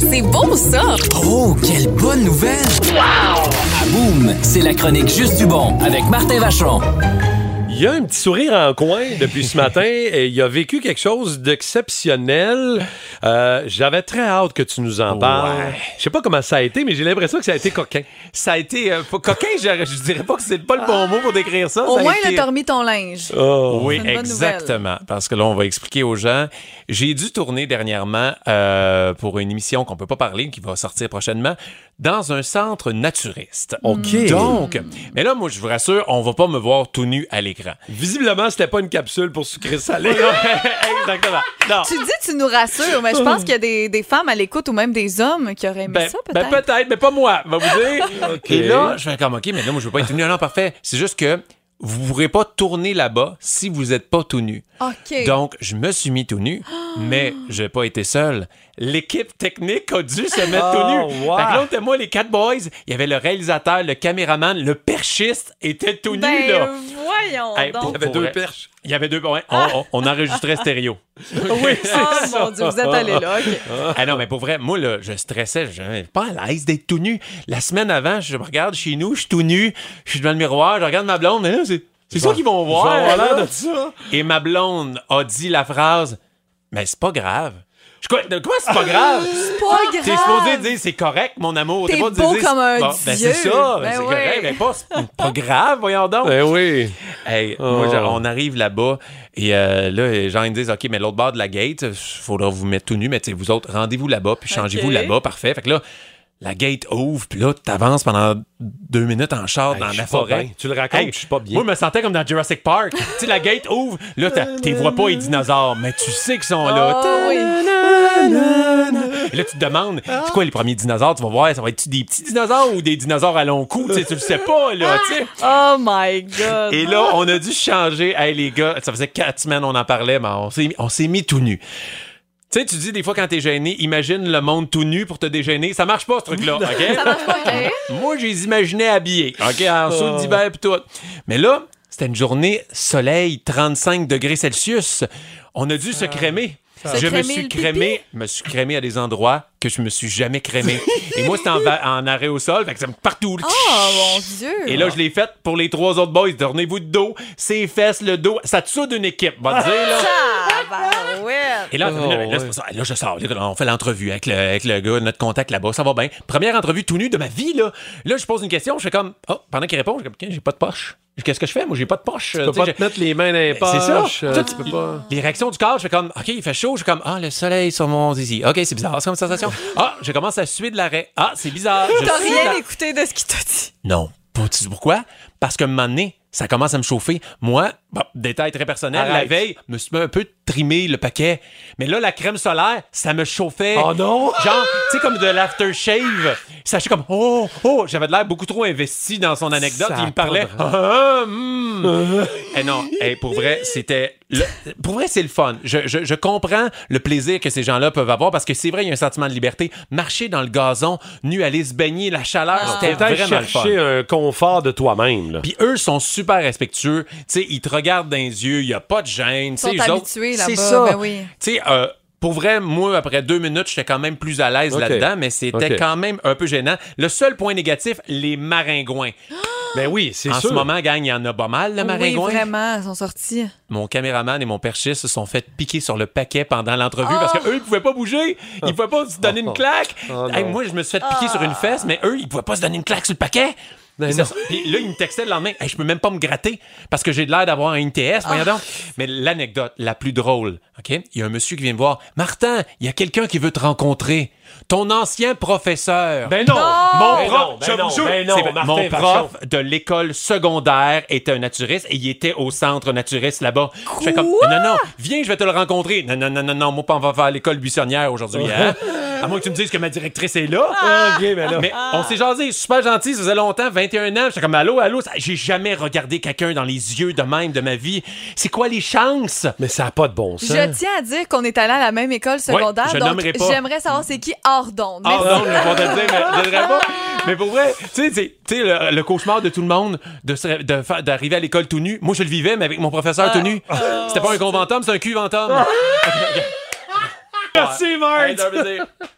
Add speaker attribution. Speaker 1: C'est beau, ça!
Speaker 2: Oh, quelle bonne nouvelle! Wow! À Boom, c'est la chronique Juste du Bon avec Martin Vachon.
Speaker 3: Il y a un petit sourire en coin depuis ce matin et il a vécu quelque chose d'exceptionnel. Euh, J'avais très hâte que tu nous en parles.
Speaker 4: Ouais.
Speaker 3: Je sais pas comment ça a été, mais j'ai l'impression que ça a été coquin.
Speaker 4: Ça a été euh, pas- coquin, je, je dirais pas que c'est pas le bon mot pour décrire ça.
Speaker 5: Au
Speaker 4: ça a
Speaker 5: moins,
Speaker 4: été-
Speaker 5: là, t'as remis ton linge.
Speaker 4: Oui,
Speaker 3: Oh.
Speaker 5: C'est une bonne
Speaker 4: exactement. Parce que là, on va expliquer aux gens. J'ai dû tourner dernièrement euh, pour une émission qu'on peut pas parler, qui va sortir prochainement, dans un centre naturiste.
Speaker 3: OK.
Speaker 4: Donc, mais là, moi, je vous rassure, on va pas me voir tout nu à l'écran.
Speaker 3: Visiblement, c'était pas une capsule pour sucrer salé.
Speaker 4: Exactement. Non.
Speaker 5: Tu dis tu nous rassures, mais je pense qu'il y a des, des femmes à l'écoute ou même des hommes qui auraient aimé
Speaker 4: Ben,
Speaker 5: ça,
Speaker 4: ben,
Speaker 5: peut-être.
Speaker 4: mais pas moi, va vous dire.
Speaker 3: OK.
Speaker 4: Et là, je fais comme, OK, mais là, moi, je veux pas être tout nu. Ah Non, non, parfait. C'est juste que vous ne pourrez pas tourner là-bas si vous n'êtes pas tout nu.
Speaker 5: OK.
Speaker 4: Donc, je me suis mis tout nu, mais j'ai pas été seul. L'équipe technique a dû se mettre
Speaker 3: Oh,
Speaker 4: tout nu.
Speaker 3: wow.
Speaker 4: Fait que là, on était moi, les quatre boys. Il y avait le réalisateur, le caméraman, le perchiste était tout nu,
Speaker 5: ben,
Speaker 4: là.
Speaker 5: voyons
Speaker 4: Hey,
Speaker 5: donc.
Speaker 3: J'avais
Speaker 4: Pour
Speaker 3: deux
Speaker 4: vrai.
Speaker 3: perches. Ah.
Speaker 4: Il y avait deux. ouais, on, on- on enregistrait stéréo.
Speaker 3: Oui, c'est
Speaker 5: Oh mon Dieu, vous êtes allés là. OK.
Speaker 4: Ah non, mais pour vrai, moi, là, je stressais. Je n'étais pas à l'aise d'être tout nu. La semaine avant, je me regarde chez nous, je suis tout nu, je suis devant le miroir, je regarde ma blonde, mais là, c'est c'est ça qu'ils vont voir.
Speaker 3: Ils vont avoir
Speaker 4: là.
Speaker 3: l'air de ça.
Speaker 4: Et ma blonde a dit la phrase Mais c'est pas grave. Je, quoi- comment c'est pas grave?
Speaker 5: Pas grave.
Speaker 4: T'es supposé dire c'est correct, mon amour.
Speaker 5: T'es
Speaker 4: pas
Speaker 5: beau
Speaker 4: supposé-
Speaker 5: comme un
Speaker 4: ben,
Speaker 5: dieu.
Speaker 4: c'est ça.
Speaker 5: Ben
Speaker 4: c'est
Speaker 5: ouais.
Speaker 4: correct. Mais pas, c'est pas grave, voyons donc.
Speaker 3: Ben oui.
Speaker 4: Hey, moi,
Speaker 3: Oh.
Speaker 4: genre, on arrive là-bas et euh, là, les gens ils me disent OK, mais l'autre bord de la gate, il faudra vous mettre tout nu, mais tu sais, vous autres, rendez-vous là-bas, puis changez-vous
Speaker 5: OK.
Speaker 4: là-bas, parfait. Fait que là, la gate ouvre, puis là, t'avances pendant deux minutes en char
Speaker 3: Hey,
Speaker 4: dans
Speaker 3: je
Speaker 4: la
Speaker 3: suis pas
Speaker 4: forêt.
Speaker 3: bien. Tu le racontes, je suis pas bien.
Speaker 4: Moi, je me sentais comme dans Jurassic Park. tu sais, la gate ouvre, là, t'as- t'es vois pas les dinosaures, mais tu sais qu'ils sont là.
Speaker 3: Oh,
Speaker 5: Ah oui.
Speaker 4: Et là, tu te demandes,
Speaker 3: Ah.
Speaker 4: c'est quoi les premiers dinosaures? Tu vas voir, ça va être des petits dinosaures ou des dinosaures à long cou? Tu sais, tu le sais pas,
Speaker 3: Ah.
Speaker 4: là, tu sais.
Speaker 5: Oh my God.
Speaker 4: Et là, on a dû changer. Hey, les gars, ça faisait quatre semaines on en parlait, mais on s'est, on s'est mis tout nu. Tu sais, tu dis des fois quand t'es gêné, imagine le monde tout nu pour te dégêner. Ça marche pas, ce truc-là, OK?
Speaker 5: Ça marche pas, OK? Oh.
Speaker 4: Moi, j'ai imaginé habillé, OK? En saut d'hiver pis tout. Mais là, c'était une journée soleil, 35 degrés Celsius. On a dû se crémer.
Speaker 5: Se
Speaker 4: Je me
Speaker 5: Ah. crémer
Speaker 4: suis
Speaker 5: le pipi?
Speaker 4: crémé, me suis crémé à des endroits que je me suis jamais crémé. Et moi, c'était en, va- en arrêt au sol, fait que ça me partout. le-
Speaker 5: Oh mon Dieu.
Speaker 4: et là, je l'ai faite pour les trois autres boys. Tournez-vous de dos, ses fesses, le dos. Ça te soude une équipe, va
Speaker 5: Ah.
Speaker 4: te dire, là.
Speaker 5: Tabarouette.
Speaker 4: Et là,
Speaker 3: Oh,
Speaker 4: là, là, c'est
Speaker 3: ouais.
Speaker 4: pour ça. là, je sors. Là, on fait l'entrevue avec le, avec le gars, notre contact là-bas. Ça va bien. Première entrevue tout nu de ma vie, là. Là, je pose une question. Je fais comme, oh, pendant qu'il répond, je fais comme, Ok, j'ai pas de poche. Qu'est-ce que je fais? Moi, j'ai pas de poche.
Speaker 3: Tu peux pas te mettre les mains dans les
Speaker 4: Ben, c'est ça.
Speaker 3: poches. euh,
Speaker 4: Toi,
Speaker 3: tu
Speaker 4: tu-
Speaker 3: peux pas.
Speaker 4: Les réactions du corps, je fais comme, OK, il fait chaud. Je fais comme, ah, le soleil sur mon zizi. OK, c'est bizarre. C'est comme sensation. Ah, je commence à suer de l'arrêt. Ah, c'est bizarre. Je
Speaker 5: T'as
Speaker 4: sue de la-
Speaker 5: rien écouté de ce qu'il t'a dit.
Speaker 4: non. Pas tu sais pourquoi? Parce que un moment donné, ça commence à me chauffer. Moi, bon, détail très personnel, la
Speaker 3: Arrête.
Speaker 4: veille, me suis un peu trimé le paquet. Mais là, la crème solaire, ça me chauffait.
Speaker 3: Oh non!
Speaker 4: Genre, tu sais, comme de l'aftershave. Ça, je suis comme, oh, oh, j'avais de l'air beaucoup trop investi dans son anecdote.
Speaker 3: Ça
Speaker 4: Il
Speaker 3: a
Speaker 4: me
Speaker 3: pas
Speaker 4: parlait,
Speaker 3: de
Speaker 4: ah, ah, hmm. Eh non, eh, pour vrai, c'était. le- Pour vrai, c'est le fun. Je, je- je comprends le plaisir que ces gens-là peuvent avoir parce que c'est vrai, il y a un sentiment de liberté. Marcher dans le gazon, nu, aller se baigner, la chaleur, c'était
Speaker 3: Peut-être
Speaker 4: vraiment le fun.
Speaker 3: chercher un confort de toi-même. là.
Speaker 4: Puis eux sont super respectueux. Tu sais, ils te regardent dans les yeux, il n'y a pas de gêne.
Speaker 5: sont
Speaker 4: Tu sais, eux autres-
Speaker 5: habitués
Speaker 4: C'est
Speaker 5: là-bas,
Speaker 4: ça.
Speaker 5: ben oui.
Speaker 4: Tu sais, euh, pour vrai, moi, après deux minutes, j'étais quand même plus à l'aise
Speaker 3: Ok.
Speaker 4: là-dedans, mais c'était
Speaker 3: Ok.
Speaker 4: quand même un peu gênant. Le seul point négatif, les maringouins.
Speaker 3: Ben oui, c'est
Speaker 4: En
Speaker 3: sûr.
Speaker 4: ce moment, gang, il y en a pas mal, le
Speaker 5: Oui,
Speaker 4: maringouin.
Speaker 5: vraiment, ils sont sortis.
Speaker 4: mon caméraman et mon perchiste se sont fait piquer sur le paquet pendant l'entrevue parce qu'eux, ils pouvaient pas bouger. Ils pouvaient pas se donner une claque.
Speaker 3: Ah. Oh non.
Speaker 4: Hey, moi, je me suis fait piquer sur une fesse, mais eux, ils pouvaient pas se donner une claque sur le paquet.
Speaker 3: Ben
Speaker 4: Ils se
Speaker 3: non.
Speaker 4: sont- Puis là, ils me textaient le lendemain. Hey, je peux même pas me gratter parce que j'ai de l'air d'avoir un ITS. Voyons donc.
Speaker 3: Ah.
Speaker 4: Mais l'anecdote la plus drôle, OK? Il y a un monsieur qui vient me voir. Martin, il y a quelqu'un qui veut te rencontrer. Ton ancien professeur.
Speaker 3: Ben non!
Speaker 4: Mon
Speaker 3: Ben
Speaker 4: prof,
Speaker 3: non, ben
Speaker 4: je
Speaker 3: non,
Speaker 4: vous jure,
Speaker 3: ben non,
Speaker 4: c'est vrai.
Speaker 3: Martin
Speaker 4: mon
Speaker 3: Vachon.
Speaker 4: prof de l'école secondaire était un naturiste et il était au centre naturiste là-bas. Je fais comme non non, viens, je vais te le rencontrer. Non non non non non, moi pas on va faire l'école buissonnière aujourd'hui. hein? À moins que tu me dises que ma directrice est là.
Speaker 3: Ah, ok, ben là.
Speaker 4: Mais on s'est jasé, super gentil, ça faisait longtemps, 21 ans. J'étais comme allô, allô. ça- J'ai jamais regardé quelqu'un dans les yeux de même de ma vie. C'est quoi les chances?
Speaker 3: Mais ça n'a pas de bon sens.
Speaker 5: Je tiens à dire qu'on est allé à la même école secondaire,
Speaker 4: je
Speaker 5: donc
Speaker 4: nommerai pas.
Speaker 5: j'aimerais savoir c'est qui hors d'onde.
Speaker 4: Ah
Speaker 5: Merci.
Speaker 4: non, je vais te le dire, mais je dirais pas. Mais pour vrai, tu sais, c'est- tu sais, le, le cauchemar de tout le monde de se- de fa- d'arriver à l'école tout nu. Moi, je le vivais, mais avec mon professeur tout nu. C'était pas un conventum, c'est un cuventum.
Speaker 3: Merci, Marc!
Speaker 4: Hey, ça veut dire-